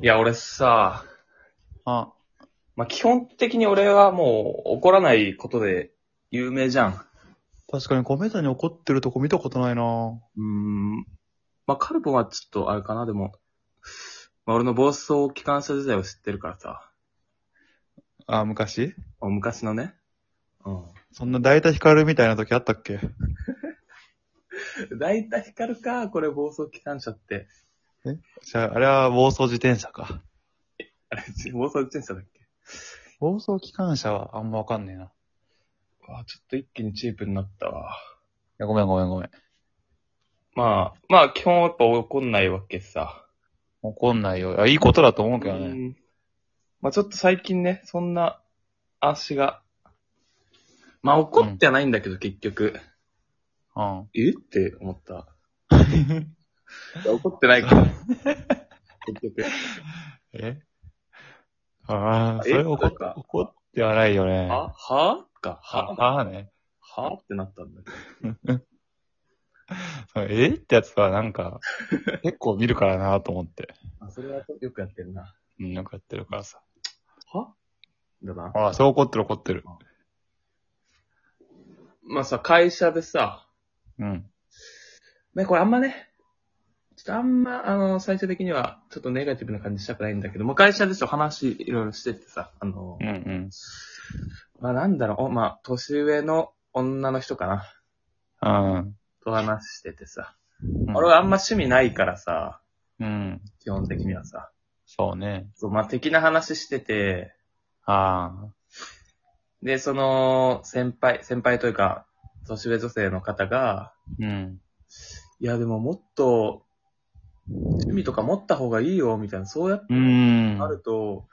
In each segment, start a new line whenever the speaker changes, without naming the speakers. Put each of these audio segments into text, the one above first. いや、俺さ、
あ、
まあ、基本的に俺はもう怒らないことで有名じゃん。
確かに米田に怒ってるとこ見たことないなぁ。
うーん。まあ、カルボンはちょっとあれかな、でも、まあ、俺の暴走機関車時代を知ってるからさ、
あ、昔
お昔のね。う
そんな大体光るみたいな時あったっけ
ん。だいたい光るか、これ暴走機関車って。
じゃあ、あれは暴走自転車か。
あれ、暴走自転車だっけ
暴走機関車はあんまわかんねえな。い
あ、ちょっと一気にチープになったわ。
や、ごめんごめんごめん。
まあ、まあ、基本はやっぱ怒んないわけさ。
怒んないよ。いや、いいことだと思うけど
う
ね。
んまあちょっと最近ね、そんな足が。まあ怒ってはないんだけど、結局。
うん。
えって思 った。いや怒ってないから。結 局。
えああ、
え
それ怒っ
なんか
怒ってはないよね。
ははか。は
ああね。
はってなったんだけど。
えってやつはなん か、結構見るからなと思って。
あ、それはよくやってるな。
うん、なんかやってるからさ。
はだな。
ああ、そう怒ってる怒ってる。
まあさ、会社でさ、
うん。
ね、これあんまね、ちょっとあんま、あの、最終的には、ちょっとネガティブな感じしたくないんだけど、もう会社でちょっと話いろいろしてってさ、あの、
うんうん。
まあなんだろう、おまあ、年上の女の人かな、
うん。
と話しててさ。
うん
俺はあんま趣味ないからさ、
うん。
基本的にはさ。
そうね。
そう、まあ的な話してて、
あ
で、その、先輩、先輩というか、年上女性の方が、
あ。うん。
いやでももっと、趣味とか持った方がいいよ、みたいな、そうやって
うーん。
あると、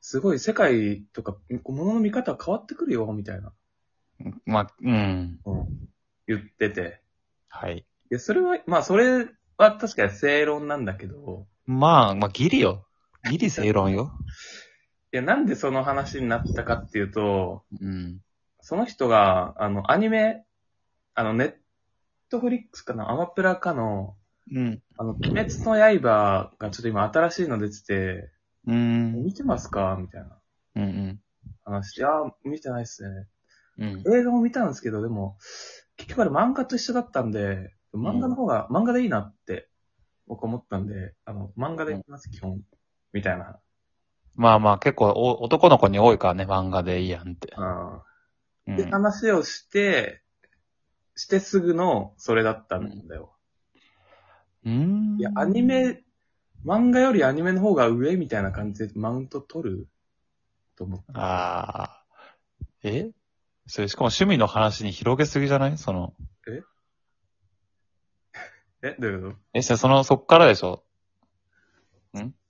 すごい世界とか、物の見方変わってくるよ、みたいな、
まあ、うん。
言ってて。
はい。
いや、それは、まあそれは確かに正論なんだけど、
まあ、まあ、ギリよ。ギリ正論よ。
いや、なんでその話になったかっていうと、
うん。
その人が、あの、アニメ、あの、ネットフリックスかな、アマプラかの、
うん。
あの、鬼滅の刃がちょっと今新しいの出てて、
うーん。
見てますかみたいな
うん。
話で、あ見てないっすね。
うん。
映画も見たんですけど、でも、結局あれ漫画と一緒だったんで、漫画の方が、漫画でいいなって、僕思ったんで、あの、漫画で見ます、基本。みたいな。
まあまあ、結構お、男の子に多いからね、漫画でいいやんって。
うん
うん
で、話をして、してすぐの、それだったんだよ。
うーん。
いや、アニメ、漫画よりアニメの方が上みたいな感じでマウント取ると思った。
ああ。えそれ、しかも趣味の話に広げすぎじゃないその。
え、どういうこと
え、そその、そっからでしょ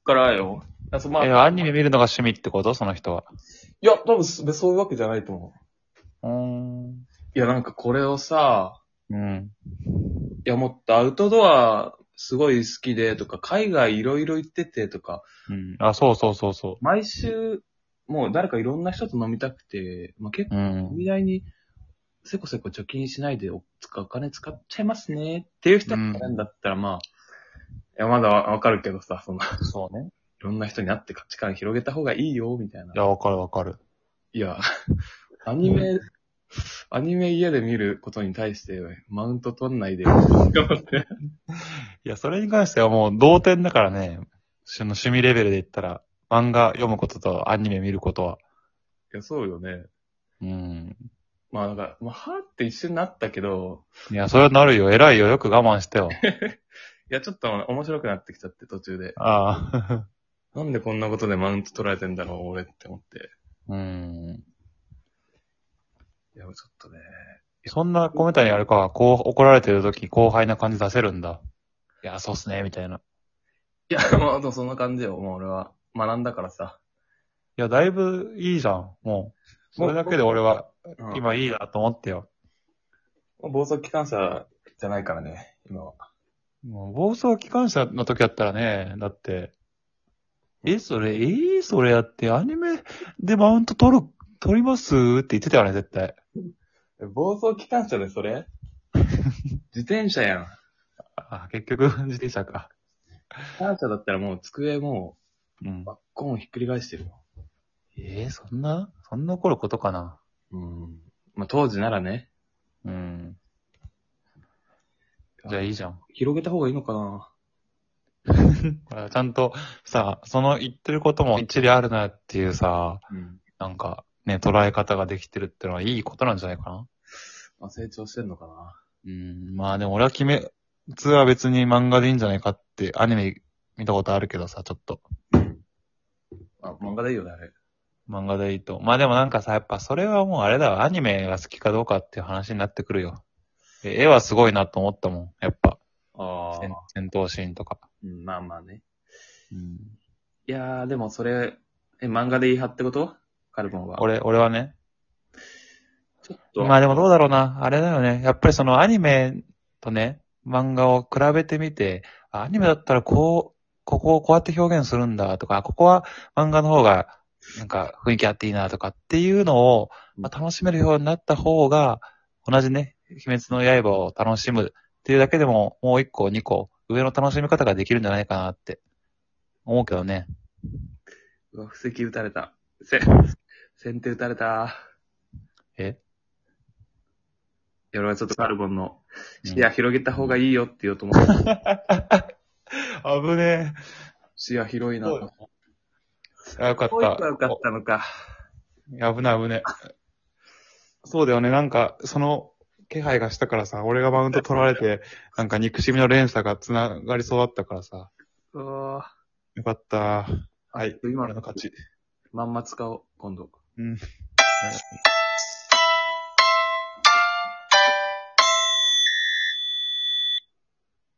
からよ。あそまあ、
え、
い
アニメ見るのが趣味ってことその人は。
や、多分そそういうわけじゃないと思う。
うーん。
いや、なんかこれをさ、
うん。
いや、もっとアウトドアすごい好きでとか、海外いろいろ行っててとか、
うん。あ、そうそうそうそ
毎週、もう誰かいろんな人と飲みたくて、まあ、結構
う。うん
飲。み代に、せこせこ貯金しないでおつかお金使っちゃいますねっていう人がいるんだったら、まあ、いや、まだわわかるけどさ、その、い
そうね。
ろんな人に会って価値観広げた方がいいよ、みたいな。
いや、わかるわかる。
いや、アニメ、アニメ家で見ることに対して、マウント取ん ないで、頑張って。
いや、それに関してはもう同点だからね。その趣味レベルで言ったら、漫画読むこととアニメ見ることは。
いや、そうよね。
うん。
まあ、なんか、まあ、はーって一緒になったけど、
いや、それはなるよ。偉いよ。よく我慢してよ。
いや、ちょっと面白くなってきちゃって、途中で。
ああ。
なんでこんなことでマウント取られてんだろう、俺って思って。
うん。
いや、ちょっとね。
そんなコメントにあるかは、こう、怒られてる時、後輩な感じ出せるんだ。いや、そうっすね、みたいな。い
いや、 まあ、でもそんな感じよ、もう俺は。学んだからさ。
や、だいぶいいじゃん。もう。それだけで俺は、
うん、
今いいなと思ってよ。
暴走機関車じゃないからね、今は。
もう暴走機関車の時だったらね、だって、え、それ、えーそれやってアニメでマウント取る、取りますって言ってたよね、絶対。
暴走機関車でそ れ自転車やん。
あ、結局、自転車か。
機関車だったらもう机も
うん。
バッコーンひっくり返してるよ。
ええそんな、そんな怒ることかな。
うん。まあ、当時ならね、
うん。じゃあいいじゃん。
広げた方がいいのかな。
ほらちゃんとさ、その言ってることも一理あるなっていうさ、
うん。
なんかね、捉え方ができてるってのはいいことなんじゃないかな。
まあ、成長してんのかな。
うん、まあでも俺は決め、普通は別に漫画でいいんじゃないかってアニメ見たことあるけどさ、ちょっと。
あ、漫画でいいよね、あれ。
漫画でいいと。まあでもなんかさ、やっぱそれはもうあれだわ、アニメが好きかどうかっていう話になってくるよ。え絵はすごいなと思ったもん、やっぱ。
あ
戦戦闘シーンとか。
うん、まあまあね。
うん、
いやー、でもそれ、え、漫画で言い張ってことカルボンは。
俺、俺はね。
ちょっと。
まあでもどうだろうな。あれだよね。やっぱりそのアニメとね、漫画を比べてみて、あアニメだったらこう、ここをこうやって表現するんだとか、ここは漫画の方がなんか雰囲気あっていいなとかっていうのを、まあ、楽しめるようになった方が、同じね、鬼滅の刃を楽しむっていうだけでも、もう一個、二個、上の楽しみ方ができるんじゃないかなって思うけどね。
うわ、布石打たれた。せ、先手打たれた。
え
いや、俺はちょっとカルボンの、
うん
視野広げた方がいいよって言おうと思った。
危ね
視野広いな。
そうよえ。あよかっ
こういう
た
のが。良かったのか。
いや危ない危ない。そうだよね。なんか、その気配がしたからさ、俺がマウント取られて、なんか憎しみの連鎖が繋がりそうだったからさ。
うわ
よかった。
ー
はい。
今
俺
の
の勝ち。
まんま使おう、今度。